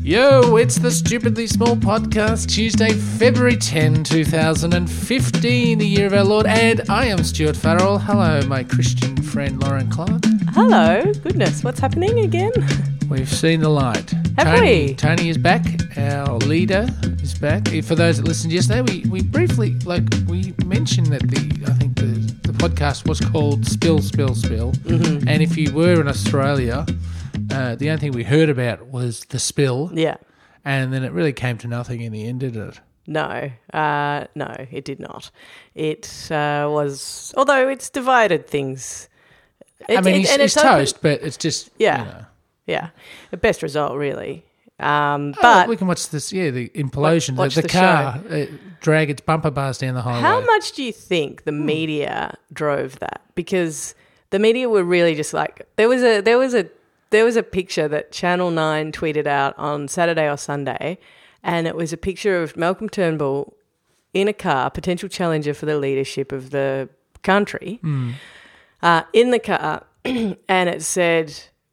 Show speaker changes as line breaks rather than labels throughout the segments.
Yo, it's the Stupidly Small Podcast, Tuesday, February 10, 2015, the year of our Lord, and I am Stuart Farrell. Hello, my Christian friend Lauren Clark.
Hello, goodness, what's happening again?
We've seen the light.
Have
Tony,
we?
Tony is back. Our leader is back. For those that listened yesterday, we, we briefly like we mentioned that the I think the, the podcast was called Spill Spill Spill,
Mm-hmm.
and if you were in Australia, uh, the only thing we heard about was the spill,
Yeah,
and then it really came to nothing in the end, did it?
no, uh, no, it did not. It uh, was, although it's divided things.
I
It-
mean,
it-
he's,
and
he's
it's open-
toast, but it's just
Yeah.
You know,
Yeah, the best result, really. Um,
Oh,
but
we can watch this. Yeah, the implosion.
Watch
the,
the
the car uh, drag its bumper bars down the highway.
How much do you think the
Hmm.
media drove that? Because the media were really just like there was a there was a there was a picture that Channel Nine tweeted out on Saturday or Sunday, and it was a picture of Malcolm Turnbull in a car, potential challenger for the leadership of the country,
Hmm.
uh, in the car, and it said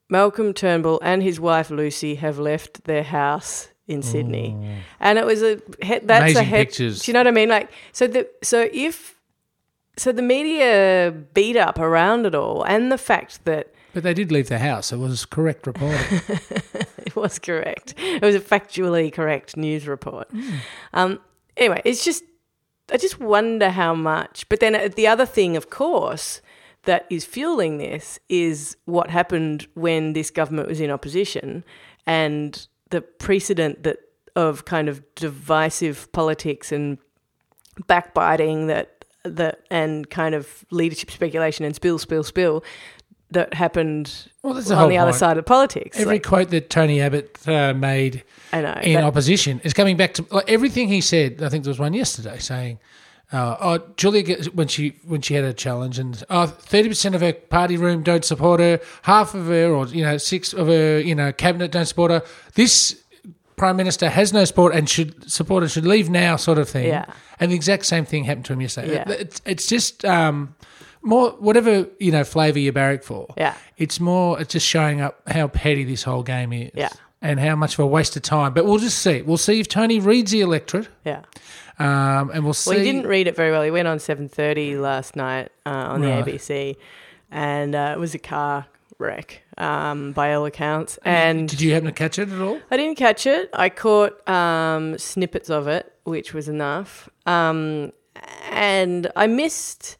Malcolm Turnbull and his wife Lucy have left their house in Sydney, and it was a he- that's a
Oh. Amazing
head,
pictures.
Do you know what I mean? Like so the so if so the media beat up around it all, and the fact that
But they did leave the house. It was correct reporting.
it was correct. It was a factually correct news report. Um, anyway, it's just, I just wonder how much. But then uh, the other thing, of course, that is fueling this is what happened when this government was in opposition and the precedent that of kind of divisive politics and backbiting that that and kind of leadership speculation and spill spill spill that happened
Well, that's the whole
on the other
point.
side of politics
Every quote that Tony Abbott uh, made
I know.
in
that-
opposition is coming back to like, everything he said. I think there was one yesterday saying, uh, "Oh, Julia gets, when she when she had a challenge, and oh, thirty percent of her party room don't support her, half of her, or you know, six of her, you know, cabinet don't support her. This prime minister has no support and should support her should leave now, sort of thing.
Yeah.
And the exact same thing happened to him yesterday.
Yeah.
It's, it's just um, more whatever you know flavour you barrack for.
Yeah.
It's more it's just showing up how petty this whole game is.
Yeah.
And how much of a waste of time. But we'll just see. We'll see if Tony reads the electorate.
yeah.
Um, and we'll see.
Well, he didn't read it very well. He went on seven thirty last night uh, on
Right.
the ABC, and uh, it was a car wreck um, by all accounts. And
Did you happen to catch it at all?
I didn't catch it. I caught um, snippets of it, which was enough. Um, and I missed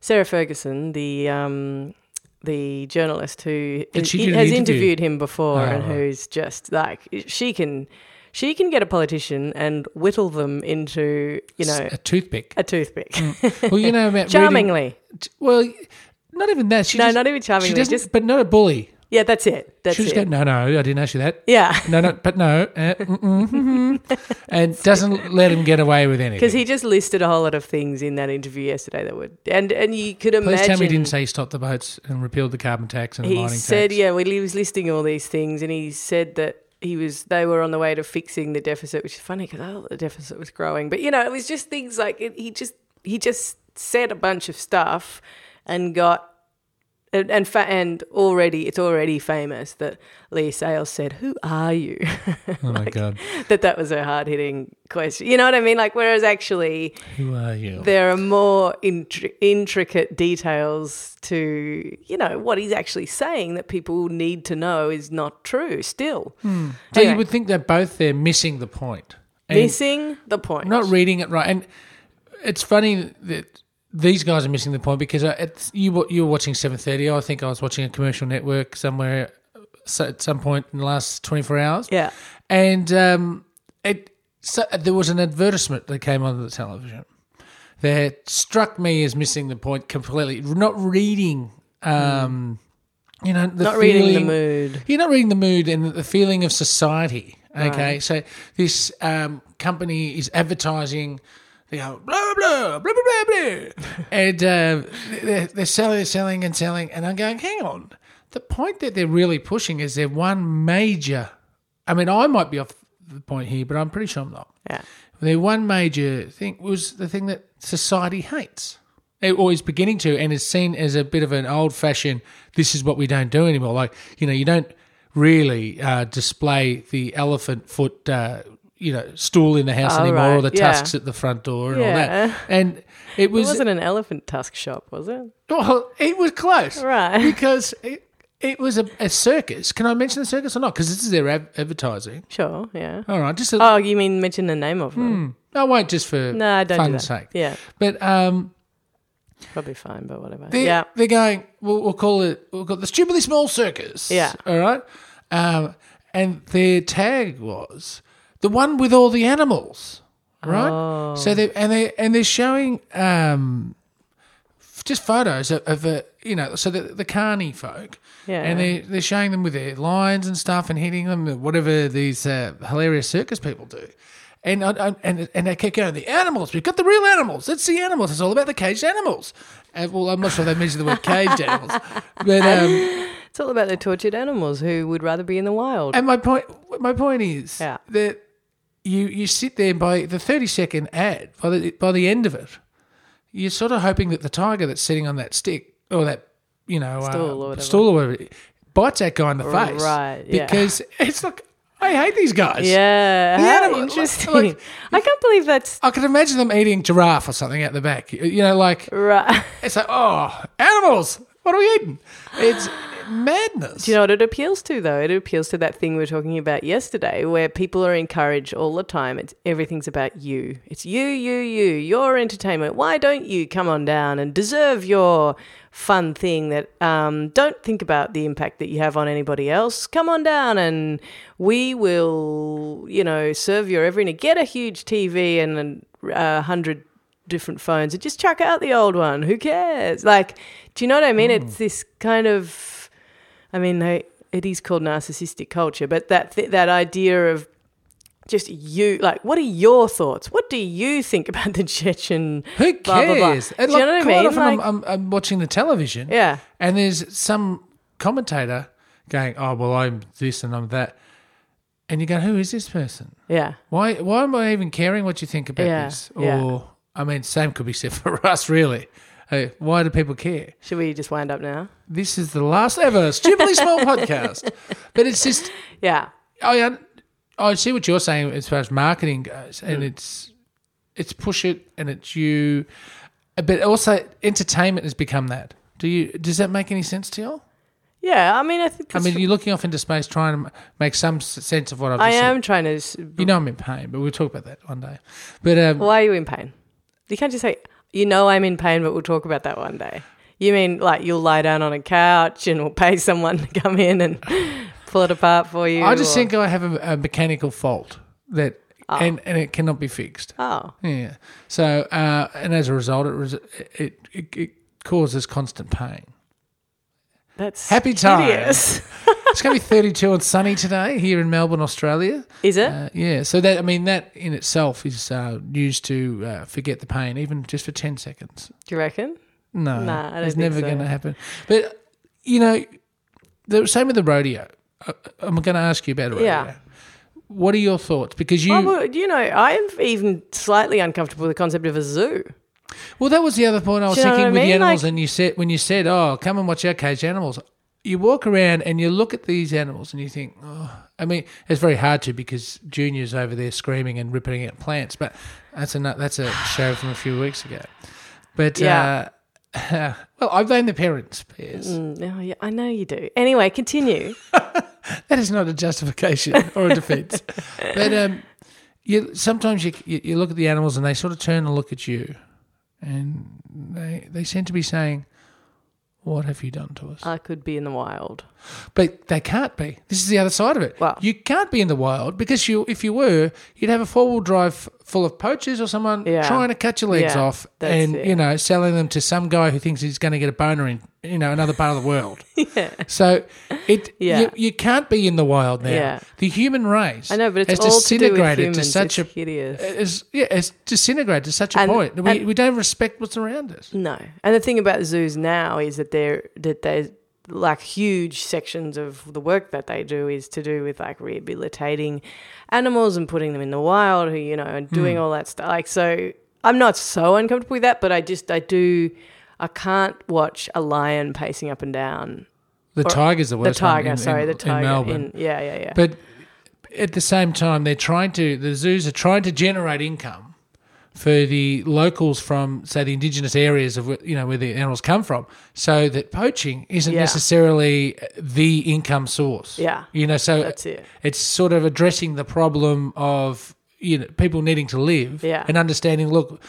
Sarah Ferguson, the um, the journalist who
Did she
i-
do an
has
interview?
interviewed him before,
Oh,
and
right.
who's just like she can she can get a politician and whittle them into you know
a toothpick.
a toothpick.
Mm. well, you know about reading-
Charmingly.
well, not even that. She
No,
just-
not even
She
charmingly.
doesn't,
just
but not a bully.
yeah, that's it. That's
she was
it.
going, no, no, I didn't ask you that.
yeah.
No, no, but no, uh, mm, mm, mm, mm." and doesn't let him get away with anything.
Because he just listed a whole lot of things in that interview yesterday that would, and and you could imagine.
Please tell me he didn't say he stopped the boats and repealed the carbon tax and the
he
mining
said,
tax.
yeah, well, he was listing all these things, and he said that he was they were on the way to fixing the deficit, which is funny because I thought the deficit was growing, but you know, it was just things like it, he just he just said a bunch of stuff and got. And and, fa- and already it's already famous that Lee Sales said, "Who are you?"
Oh my god,
that that was a hard hitting question. You know what I mean? Like, whereas actually
who are you?
there are more intri- intricate details to, you know, what he's actually saying that people need to know is not true still.
so
anyway.
you would think they're both there missing the point, and
Missing the point.
not reading it right. And it's funny that these guys are missing the point because I- it's, you wa- you were watching seven thirty. I think I was watching a commercial network somewhere so at some point in the last twenty four hours.
yeah.
and um, it so, uh, there was an advertisement that came on the television that struck me as missing the point completely. Not reading, um, you know, the
Mm. Not reading the
feeling-
mood.
You're not reading the mood and the feeling of society. Okay, so this um, company is advertising. They go blah blah blah blah blah blah, and uh, they're, they're selling, they're selling, and selling. And I'm going, hang on. The point that they're really pushing is their one major. I mean, I might be off the point here, but I'm pretty sure I'm not.
Yeah.
Their one major thing was the thing that society hates, or is beginning to, and is seen as a bit of an old fashioned, this is what we don't do anymore. Like, you know, you don't really uh, display the elephant foot, uh, you know, stool in the house
Oh,
anymore, or the
right. Yeah.
tusks at the front door, and all
Yeah.
that. And it
It
was,
wasn't an elephant tusk shop, was it?
well, it was close,
Right.
Because it, it was a, a circus. Can I mention the circus or not? Because this is their ad- advertising.
Sure, yeah.
All right, just a,
Oh, you mean mention the name of them?
I won't just for
No, I don't do
fun's
that.
Hmm. sake.
Yeah,
But um,
probably fine, but whatever.
They,
yeah.
They're going, we'll, we'll call it, we'll call it the Stupidly Small Circus.
Yeah.
All right. Um, and their tag was the one with all the animals. Right.
Oh.
So they and they and they're showing um, f- just photos of, of uh, you know so the, the carny folk.
Yeah.
And they they're showing them with their lions and stuff and hitting them whatever these uh, hilarious circus people do. And, I- I- and and they kept going. The animals. We've got the real animals. It's the animals. It's all about the caged animals. Uh, well, I'm not sure they mentioned the word caged animals, but um,
It's all about the tortured animals who would rather be in the wild.
and my point my point is
Yeah.
that you you sit there by the 30 second ad by the by the end of it, you're sort of hoping that the tiger that's sitting on that stick or that you know uh,
Stool or whatever.
stool or whatever bites that guy in the face,
Right, yeah.
Because it's like I hate these guys.
yeah,
The
how
animal- like-
interesting.
like-
I can't believe that's
I could imagine them eating giraffe or something out the back. You know, like
right.
It's like, oh, animals, what are we eating? It's madness.
Do you know what it appeals to, though? It appeals to that thing we were talking about yesterday where people are encouraged all the time. It's everything's about you. It's you, you, you, your entertainment. Why don't you come on down and deserve your fun thing that um, don't think about the impact that you have on anybody else? Come on down and we will, you know, serve your every need. Get a huge TV and a hundred different phones and just chuck out the old one. Who cares? Like, do you know what I mean? It's this kind of. I mean, they, it is called narcissistic culture, but that th- that idea of just you, like, what are your thoughts? What do you think about the Chechen?
Who cares?
Blah, blah, blah.
And,
Do you know what I
quite
mean?
often
Like-
I'm, I'm, I'm watching the television
Yeah,
and there's some commentator going, oh, well, I'm this and I'm that. And you go, who is this person?
yeah,
Why, why am I even caring what you think about
Yeah,
this? Or,
yeah.
I mean, same could be said for us, really. Uh, why do people care?
should we just wind up now?
This is the last ever stupidly small podcast. But it's just
Yeah,
I un- I see what you're saying as far as marketing goes,
Mm.
and it's it's push it and it's you, but also entertainment has become that. Do you? Does that make any sense to you?
yeah. I mean, I think
I
it's-
mean, you're looking off into space trying to m- make some s- sense of what I've just
I
said.
am trying to. s-
You know, I'm in pain, but we'll talk about that one day. But um,
Why are you in pain? You can't just say, you know, I'm in pain, but we'll talk about that one day. You mean like you'll lie down on a couch and we'll pay someone to come in and pull it apart for you?
I just
or-
think I have a, a mechanical fault that,
Ah.
and and it cannot be fixed.
oh,
Yeah. So, uh, and as a result, it, res- it, it it causes constant pain.
that's
Happy times.
hideous.
It's going to be 32 and sunny today here in Melbourne, Australia.
Is it?
Uh, yeah, so that I mean that in itself is uh, news to uh, forget the pain, even just for 10 seconds.
Do you reckon?
No,
Nah, I don't
it's
think
never
so.
going to happen. But you know, the same with the rodeo. I, I'm going to ask you about rodeo.
Yeah.
What are your thoughts? Because you
I would- you know, I'm even slightly uncomfortable with the concept of a zoo.
well, that was the other point I was
you know
thinking
what I
with the
mean?
animals,
Like-
and you said when you said, "Oh, come and watch our caged animals." You walk around and you look at these animals and you think, oh, I mean, it's very hard to because Junior's over there screaming and ripping out plants, but that's a nu- that's a show from a few weeks ago. But
Yeah. Mm.
uh, well, I blame the parents, Piers.
No, yeah, I know you do. Anyway, continue.
That is not a justification or a defence. but um, you sometimes you, you you look at the animals and they sort of turn and look at you, and they they seem to be saying, "What have you done to us?"
I could be in the wild.
But they can't be. This is the other side of it.
Wow.
You can't be in the wild because you if you were, you'd have a four wheel drive f- full of poachers or someone
Yeah.
trying to cut your legs
Yeah,
off
that's
and
it.
you know selling them to some guy who thinks he's going to get a boner in you know another part of the world. So it
Yeah.
you, you can't be in the wild now.
Yeah.
The human race
I know, but it's
has
all to do with
disintegrated
humans.
to such
it's
a
hideous.
is, yeah, it's disintegrated to such a
And-
point. We,
and-
we don't respect what's around us.
No, and the thing about zoos now is that they're that they like huge sections of the work that they do is to do with like rehabilitating animals and putting them in the wild, who you know, and doing all that stuff. Like, so I'm not so uncomfortable with that, but I just I do I can't watch a lion pacing up and down
The Tiger's the
The
worst one
tiger,
in-
sorry,
in-
the
in
tiger.
Melbourne.
in- yeah, yeah, yeah.
But at the same time, they're trying to, the zoos are trying to generate income for the locals from, say, the indigenous areas of, wh- you know, where the animals come from, so that poaching isn't
Yeah.
necessarily the income source.
Yeah.
You know, so
That's it.
it's sort of addressing the problem of, you know, people needing to live
Yeah.
and understanding, look,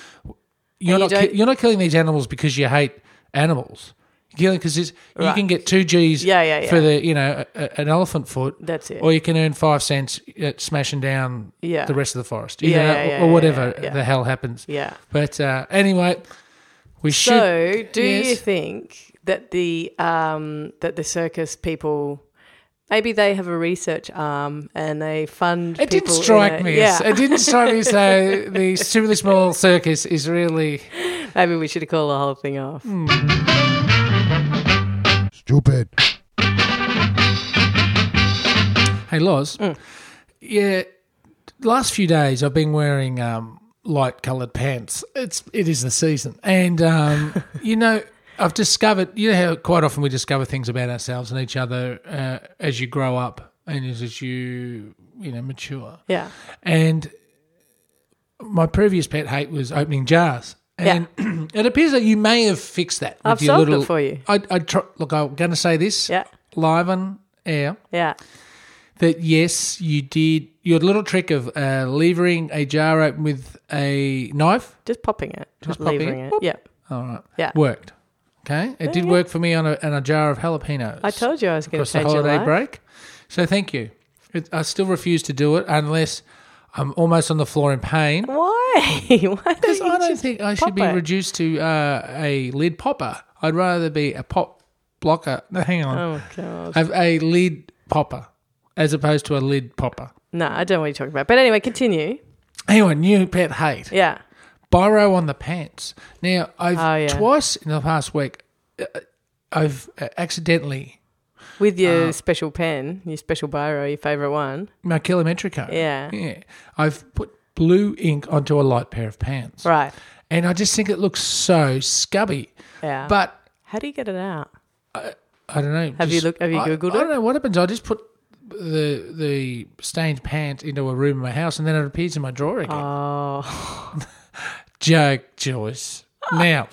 you're
And
not
you
ki-
don't-
you're not killing these animals because you hate animals. You're killing because you
Right.
can get two G's
Yeah, yeah, yeah.
for the you know a, a- an elephant foot,
That's it.
or you can earn five cents at smashing down
Yeah.
the rest of the forest,
Yeah,
Either
yeah,
that or-
yeah,
or
yeah,
whatever
yeah, yeah.
the hell happens.
yeah.
But uh, anyway, we should.
So, do you
yes.
think that the um, that the circus people maybe they have a research arm and they fund?
It didn't
people in
strike
a-
me.
Yeah,
as It didn't strike me as though the Super Small Circus is really
maybe we should call the whole thing off.
Hmm.
Stupid.
Hey, Loz.
Mm.
Yeah, last few days I've been wearing um, light coloured pants. It's it is the season, and um, you know I've discovered. You know how quite often we discover things about ourselves and each other uh, as you grow up and as, as you you know mature.
Yeah,
And my previous pet hate was opening jars. And it appears that you may have fixed that. With
I've
your
solved it
little,
for you.
I, I tr- look, I'm going to say this
yeah,
live on air
yeah,
that yes, you did your little trick of uh, levering a jar open with a knife.
just popping it,
Just
not
popping
levering
it.
it.
Boop.
Yeah,
All right,
Yeah.
worked. Okay, it did
yeah.
work for me on a, on a jar of jalapenos.
I told you I was going to
across the
change your
holiday
life.
break. So thank you. It, I still refuse to do it unless I'm almost on the floor in pain.
Why? Why don't
Because
you
I don't
just
think I should
pop
be
it?
reduced to uh, a lid popper. I'd rather be a pop blocker. No, hang on,
Oh god.
have a lid popper as opposed to a lid popper.
No, I don't know what you're talking about. But anyway, continue.
Anyway, new pet hate.
Yeah.
Biro on the pants. Now, I've
Oh, yeah.
twice in the past week, uh, I've uh, accidentally
With
Uh,
your special pen, your special biro, your favourite one.
my kilometric code.
Yeah.
yeah, I've put blue ink onto a light pair of pants,
Right.
and I just think it looks so scubby.
Yeah.
But
how do you get it out?
I don't know.
Have you looked- have you
I-
Googled
I,
it?
don't know what happens. I just put the the stained pant into a room in my house, and then it appears in my drawer again.
Oh,
Joke, Joyce. now,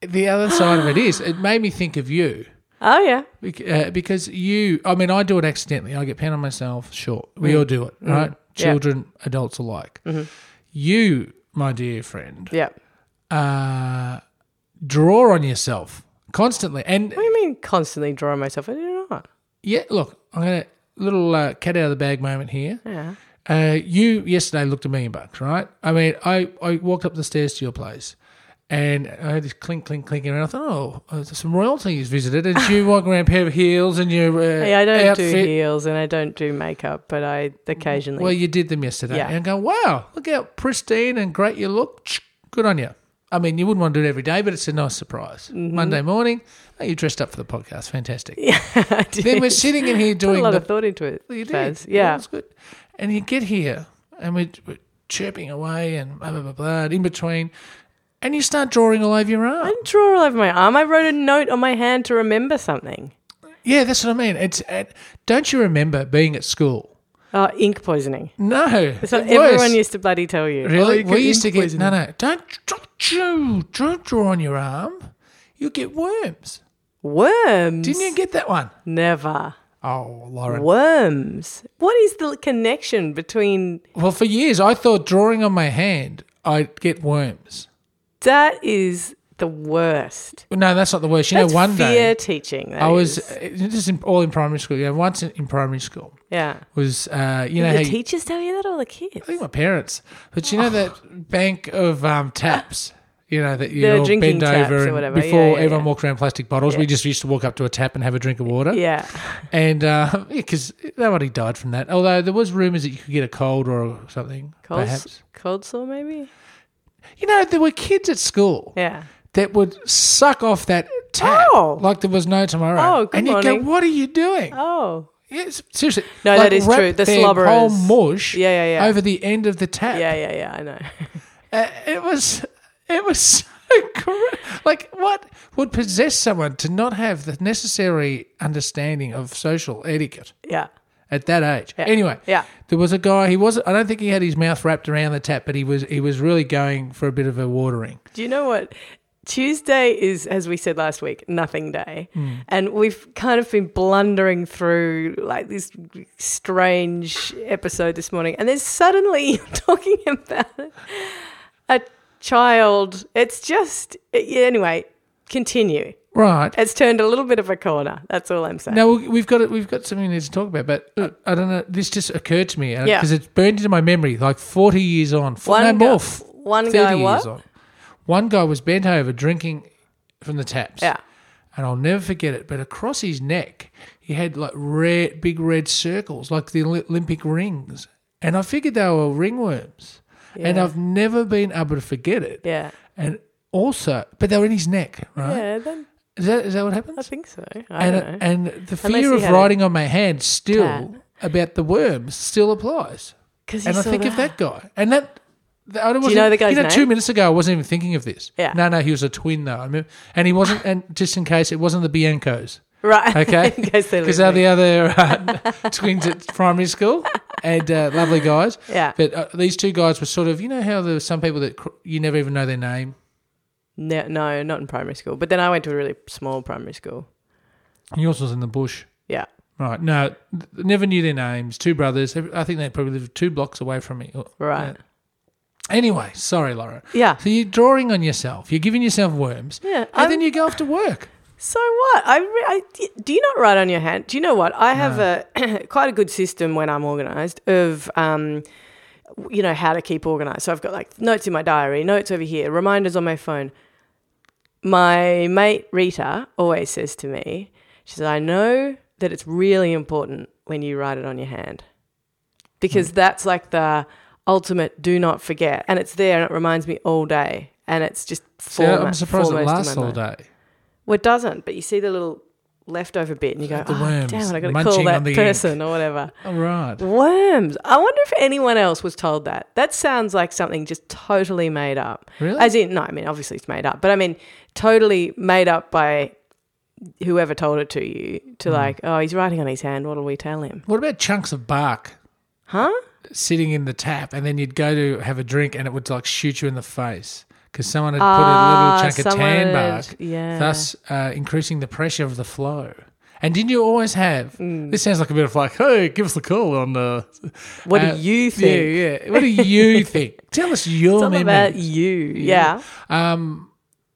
the other side of it is, it made me think of you.
oh yeah,
Bec- uh, because you, I mean, I do it accidentally. I get pen on myself. Sure, we all do it, right?
Mm. Yeah. Mm-hmm.
Children, adults alike. You, my dear friend,
yeah.
uh, draw on yourself constantly. And
What do you mean constantly drawing myself? I do not.
yeah, look, I'm gonna little uh, cat out of the bag moment here.
Yeah.
Uh, you yesterday looked a million bucks, right? I mean, I, I walked up the stairs to your place and I heard this clink, clink, clinking, and I thought, oh, uh, some royalty has visited. And you walk around pair of heels and your uh,
Hey, I don't
outfit.
do heels and I don't do makeup, but I occasionally.
Well, you did them yesterday.
Yeah.
And go, wow, look how pristine and great you look. Ch- Good on you. I mean, you wouldn't want to do it every day, but it's a nice surprise. Monday morning, oh, you dressed up for the podcast. Fantastic.
Mm-hmm. yeah, I do.
Then we're sitting in here
Put a
doing
lot
the
of thought into it.
you did.
Faz.
That
Yeah.
was good. And you get here, and we're, we're chirping away and blah, blah, blah, blah, and in between, and you start drawing all over your arm.
I didn't draw all over my arm. I wrote a note on my hand to remember something.
yeah, that's what I mean. It's it, Don't you remember being at school?
Oh, ink poisoning.
No.
So
it
everyone
was.
used to bloody tell you. Oh,
Really?
you got
we used to
ink
get.
poisoning.
No, no. Don't, don't you. Don't draw on your arm. You get worms.
worms.
Didn't you get that one?
Never.
Oh, Lauren.
Worms. What is the connection between
Well, for years, I thought drawing on my hand, I'd get worms.
that? Is the worst.
Well, No, that's not the worst. You
That's
know, one day.
fear teaching. that
I was
is.
uh, this is in, all in primary school. Yeah, once in, in primary school
Yeah.
was uh, you know how
the
you,
teachers tell you that or the kids?
I think my parents, but you know that bank of um, taps. You know that you
Oh. The
all bend
drinking taps
over
or
and
whatever. Yeah,
before
yeah,
everyone
yeah.
walked around plastic bottles. We just used to walk up to a tap and have a drink of water.
Yeah.
and uh, because nobody died from that. Although there was rumours that you could get a cold or something,
Cold,
perhaps.
cold sore, maybe?
You know there were kids at school
Yeah.
that would suck off that tap
Oh.
like there was no tomorrow.
Oh, good
and you go,
morning.
what are you doing?
Oh.
Yes, seriously.
No, that is
wrap
true. The
their
slobberers.
whole mush
Yeah, yeah, yeah.
over the end of the tap.
Yeah, yeah, yeah. I know.
Uh, it was it was so Correct. Like, what would possess someone to not have the necessary understanding of social etiquette
Yeah.
at that age? Anyway,
Yeah.
there was a guy. He was. I don't think he had his mouth wrapped around the tap, but he was. He was really going for a bit of a watering.
Do you know what? Tuesday is, as we said last week, nothing day.
Hmm.
And we've kind of been blundering through like this strange episode this morning. And then suddenly you're talking about a child. It's just, yeah, anyway, continue.
Right.
It's turned a little bit of a corner. That's all I'm saying.
Now we- we've got it. We've got something we need to talk about, but uh, I don't know. This just occurred to me
Yeah.
because it's burned into my memory. Like forty years on, F-
One
no
guy-
more. f-
one
30
guy
years
what?
on. One guy was bent over drinking from the taps.
Yeah.
and I'll never forget it. But across his neck, he had like red, big red circles, like the Oli- Olympic rings. And I figured they were ringworms. And
Yeah.
I've never been able to forget it.
Yeah.
And also, but they were in his neck, right?
Yeah, then
Is that is that what
I
happens?
think so. I don't know.
and and the fear
he
of
had a
writing on my hand still
tat.
about the worms still applies.
'Cause you
And I
saw
think of that guy. And that. that- I wasn't-
know the guy's
you know,
name?
two minutes ago, I wasn't even thinking of this.
Yeah.
No, no, he was a twin though. I remember, and he wasn't. And just in case, it wasn't the Biancos.
Right.
Okay,
In case they're
because they're
listening.
the other uh, twins at primary school and uh, lovely guys.
Yeah.
But uh, these two guys were sort of, you know, how there's some people that cr- you never even know their name.
No, no, not in primary school. But then I went to a really small primary school.
Yours was in the bush,
Yeah.
right? No, th- never knew their names. Two brothers. I think they probably lived two blocks away from me. Oh,
Right.
Anyway, sorry, Laura.
Yeah.
So you're drawing on yourself. You're giving yourself worms.
Yeah,
And
I'm-
then you go off to work.
So what? I, re- I do you not write on your hand? Do you know what? I have a quite a good system when I'm organised of. Um, you know how to keep organized. So I've got like notes in my diary, notes over here, reminders on my phone. My mate Rita always says to me, she says, "I know that it's really important when you write it on your hand,
Hmm.
because that's like the ultimate do not forget, and it's there and it reminds me all day, and it's just
So
formo-
I'm surprised it
foremost in my
lasts all
mind."
day.
Well, it doesn't, but you see the little leftover bit and you go,
The
oh,
worms
damn, i got to
munching
call
on
that
the ink."
person or whatever.
All right.
Worms. I wonder if anyone else was told that. That sounds like something just totally made up.
Really?
As in, no, I mean, obviously it's made up, but I mean, totally made up by whoever told it to you
Hmm.
to like, oh, he's writing on his hand. What'll we tell him?
What about chunks of bark
Huh?
sitting in the tap, and then you'd go to have a drink, and it would like shoot you in the face because someone had put
Ah,
a little chunk of tan
someone
bark,
had- yeah.
thus uh, increasing the pressure of the flow. And didn't you always have?
Mm.
This sounds like a bit of like, hey, give us a call on. Uh,
What
uh,
do you think?
Yeah, yeah. What do you think? Tell us your
It's all about
memory.
you. Yeah.
Um,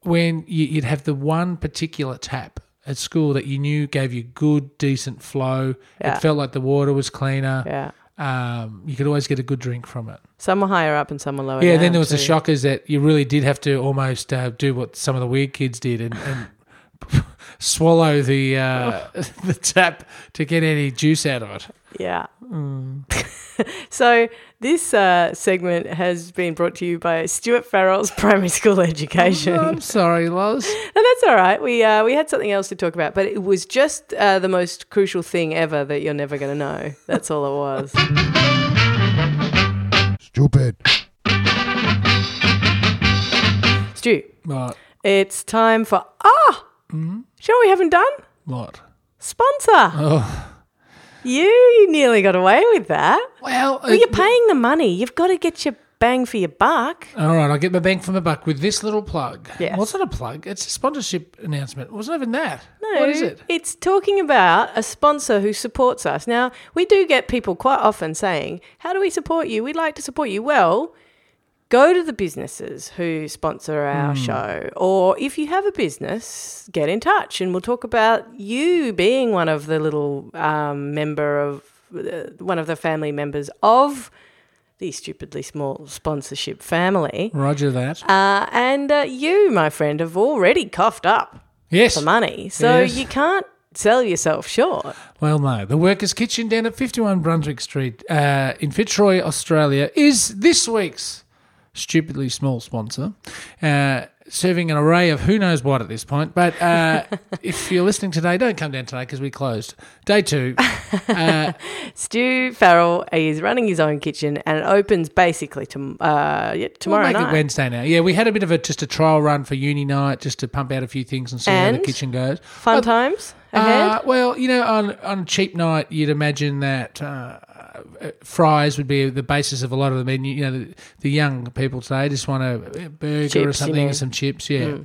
when you, you'd have the one particular tap at school that you knew gave you good, decent flow.
Yeah.
It felt like the water was cleaner.
yeah.
Um, you could always get a good drink from it.
Some are higher up and some are lower
Yeah,
down
then there was the
too.
shockers that you really did have to almost uh, do what some of the weird kids did and, and swallow the uh, the tap to get any juice out of it.
Yeah. so this uh, segment has been brought to you by Stuart Farrell's Primary School Education.
I'm sorry, Loz.
And that's all right. We uh, we had something else to talk about, but it was just uh, the most crucial thing ever that you're never going to know. That's all it was.
Stupid.
Stu,
What?
it's time for ah. Sure, we haven't done
What?
sponsor.
Oh.
You nearly got away with that.
Well,
Well, you're
it-
paying the money. You've got to get your bang for your buck.
all right. I'll get my bang for my buck with this little plug.
Yes.
Well, it's not a plug. It's a sponsorship announcement. It wasn't even that.
No,
What is it?
It's talking about a sponsor who supports us. Now, we do get people quite often saying, How do we support you? We'd like to support you. Well, go to the businesses who sponsor our
Hmm.
show. Or if you have a business, get in touch and we'll talk about you being one of the little um, member of uh, one of the family members of the stupidly small sponsorship family.
Roger that.
Uh, and uh, you, my friend, have already coughed up
yes.
for money. So
Yes.
you can't sell yourself short.
Well, no. The Workers' Kitchen down at 51 Brunswick Street uh, in Fitzroy, Australia, is this week's stupidly small sponsor. Uh, serving an array of who knows what at this point. But uh, if you're listening today, don't come down today because we closed. Day two. Uh,
Stu Farrell is running his own kitchen and it opens basically to, uh, yeah,
we'll
tomorrow
make
night.
it Wednesday now. Yeah, we had a bit of a just a trial run for uni night just to pump out a few things and see how
And?
the kitchen goes.
Fun
Well,
times ahead.
Uh, well, you know, on on cheap night, you'd imagine that uh, fries would be the basis of a lot of the menu. You know, the, the young people today just want a burger
Chips,
or
you
something,
mean. Hmm.
some chips, yeah.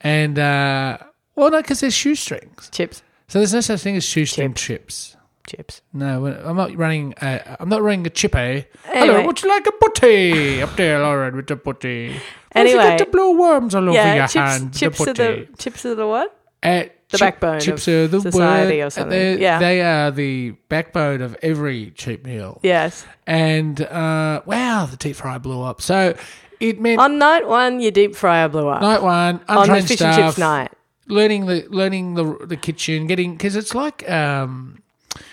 And uh, well, no, because they're shoestrings.
chips.
So there's no such thing as shoestring chips.
Chips.
No, I'm not running. A, I'm not running a chippy. Hello,
Anyway.
would you like a putty up there? All right, with the putty. Don't you get
Anyway.
the blue worms all over your
Yeah,
hand.
chips, chips
the
are
putty.
the chips are the what?
Uh,
The backbone
Chips
of
are the
society
word-
or something.
they're-
Yeah.
they are the backbone of every cheap meal.
Yes.
And uh, wow, the deep fry blew up. So it meant
On night one, your deep fryer blew up.
night one,
on the
untrained
fish
staff,
and chips night.
learning the learning the the kitchen, getting because it's like um,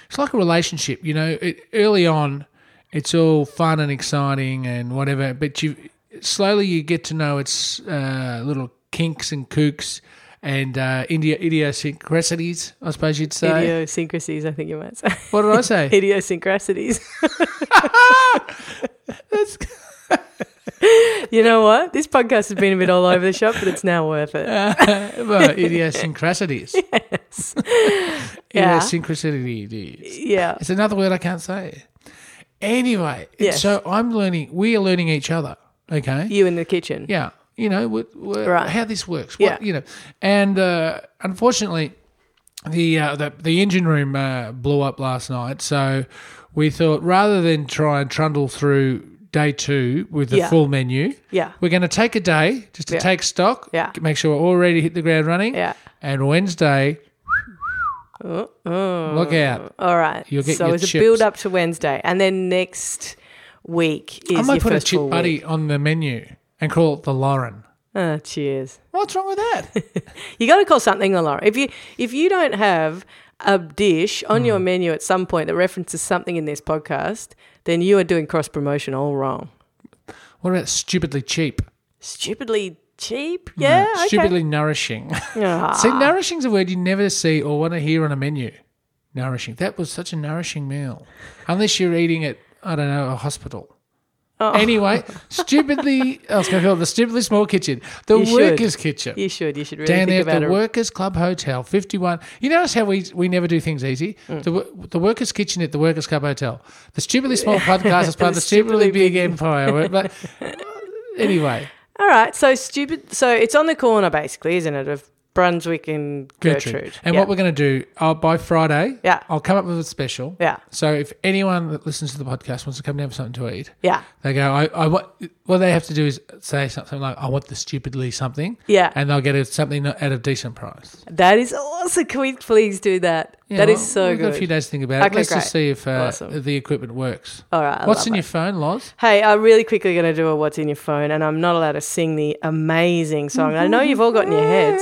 it's like a relationship. You know, it, early on, it's all fun and exciting and whatever, but you slowly you get to know its uh, little kinks and kooks and uh, India idiosyncrasies. I suppose you'd say.
Idiosyncrasies, I think you might say.
What did I say?
Idiosyncrasies. you know what? This podcast has been a bit all over the shop, but it's now worth it.
Uh, well, idiosyncrasies.
Yeah.
Idiosyncrasies.
Yeah.
It's another word I can't say. Anyway,
Yes.
so I'm learning. We are learning each other. Okay.
You in the kitchen.
Yeah. You know what, what,
Right.
how this works.
Yeah.
What, You know, and uh, unfortunately, the, uh, the the engine room uh, blew up last night. So we thought rather than try and trundle through day two with the
Yeah.
full menu,
Yeah.
we're going to take a day just to
Yeah.
take stock.
Yeah.
Make sure we're already hit the ground running.
Yeah.
And Wednesday,
Oh, oh.
look out.
All right.
You'll get
so
your
it's
chips.
a build up to Wednesday. And then next week is
I might
your
put a
first full
chip buddy
week.
on the menu and call it the Lauren.
Oh, cheers.
What's wrong with that?
You got to call something a lot. If you if you don't have a dish on
Mm.
your menu at some point that references something in this podcast, then you are doing cross promotion all wrong.
what about stupidly cheap?
Stupidly cheap, yeah. okay.
Stupidly nourishing.
Ah,
See, nourishing's a word you never see or want to hear on a menu. Nourishing. That was such a nourishing meal. Unless you're eating at, I don't know, a hospital.
Oh.
Anyway, stupidly, I was going to call it the stupidly small kitchen, the
You should.
workers' kitchen.
you should. You should really
Down there
think
at
about
the
it.
Workers Club Hotel, 51. You notice how we we never do things easy?
Mm.
The, wo- the Workers Kitchen at the Workers Club Hotel. The Stupidly Small Podcast is part of the Stupidly
Stupidly
Big Empire. But anyway,
all right. So stupid. So it's on the corner, basically, isn't it? Of Brunswick and
Gertrude.
Gertrude.
And
yeah.
what we're going to do uh, by Friday,
Yeah.
I'll come up with a special.
yeah,
So if anyone that listens to the podcast wants to come down for something to eat,
yeah,
they go, I, I want, what they have to do is say something like, I want the stupidly something.
Yeah.
And they'll get a, something at a decent price.
that is awesome. Can we please do that?
Yeah,
that is
well,
so
we've Got a
good.
few days to think about it.
Okay,
Let's just
great.
see if uh,
Awesome.
the equipment works.
All right. I
What's
love
in
it.
your phone, Loz?
Hey, I'm really quickly going to do a What's in Your Phone, and I'm not allowed to sing the amazing song. I know you've all got in your heads.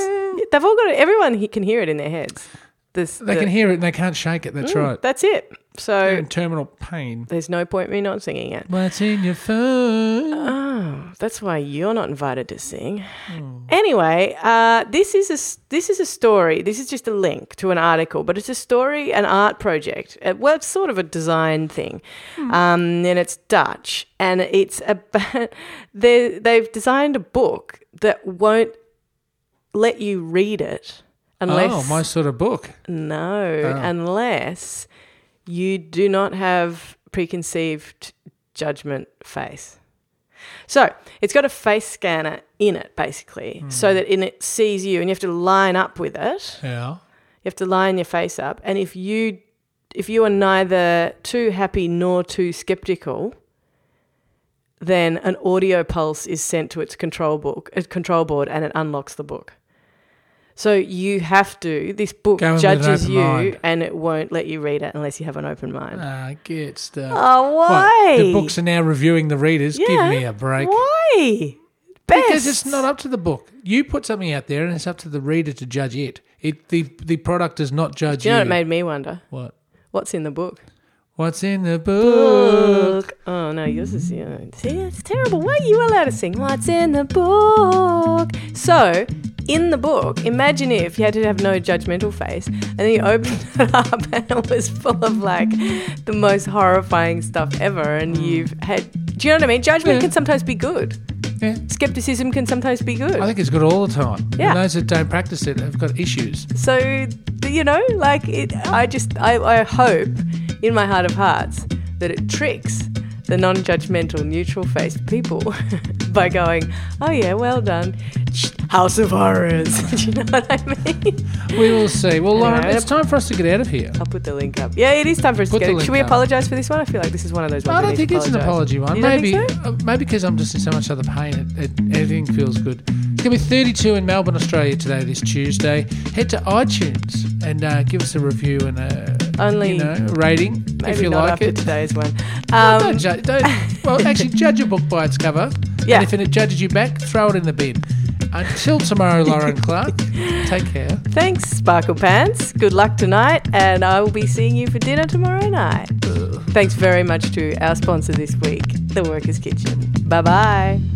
They've all got it. Everyone he- can hear it in their heads. This,
They
the-
can hear it and they can't shake it. That's right.
That's it. So
They're in terminal pain.
there's no point me not singing it.
What's in your phone?
Oh, that's why you're not invited to sing.
Hmm.
Anyway, uh, this is a s- this is a story. This is just a link to an article, but it's a story, an art project. Uh, well, it's sort of a design thing,
Hmm.
um, and it's Dutch, and it's about they they've designed a book that won't let you read it unless
Oh, my sort of book.
no, unless you do not have preconceived judgment face. So it's got a face scanner in it, basically, so that in it sees you, and you have to line up with it.
Yeah.
You have to line your face up, and if you if you are neither too happy nor too skeptical, then an audio pulse is sent to its control book, its control board, and it unlocks the book. So you have to. This book
Go in with an
judges
open
you,
mind.
and it won't let you read it unless you have an open mind.
Ah, get stuff.
oh, why?
What, The books are now reviewing the readers.
Yeah.
Give me a break.
Why? Best.
Because it's not up to the book. You put something out there, and it's up to the reader to judge it. It the the product does not judge
Do you
you.
know what it made me wonder?
What?
What's in the book?
What's in the book?
book. Oh no, yours is yeah. See, that's terrible. Why are you allowed to sing? What's in the book? So, in the book, imagine if you had to have no judgmental face, and then you opened it up, and it was full of like the most horrifying stuff ever, and you've had. Do you know what I mean? Judgment
Mm. Yeah.
can sometimes be good.
Yeah.
Skepticism can sometimes be good.
I think it's good all the time.
Yeah.
And those that don't practice it have got issues.
So th- you know, like it, I just I, I hope in my heart of hearts that it tricks the non-judgmental, neutral-faced people by going, "Oh yeah, well done, Shh, House of Horrors." Do you know what I mean?
We will see. Well, Lauren,
Yeah.
it's time for us to get out of here.
I'll put the link up. Yeah, it is time for us
Put
to
the
get. It. Should
link
we
up.
apologise for this one? I feel like this is one of those. Ones
I
we
don't
need
think
to
it's an
apologise.
apology one.
You don't
maybe,
think so?
uh, maybe because I'm just in so much other pain, it, it, everything feels good. It's gonna be 32 in Melbourne, Australia today, this Tuesday. Head to iTunes and uh, give us a review and a
Only-
you know, rating
Maybe
if you
not
like
after
it.
today's one.
Oh,
Um,
don't ju- don't, well, actually, judge a book by its cover.
Yeah.
And if it judges you back, throw it in the bin. Until tomorrow, Lauren Clark. Take care.
thanks, Sparkle Pants. Good luck tonight, and I will be seeing you for dinner tomorrow night. Thanks very much to our sponsor this week, The Workers' Kitchen. Bye bye.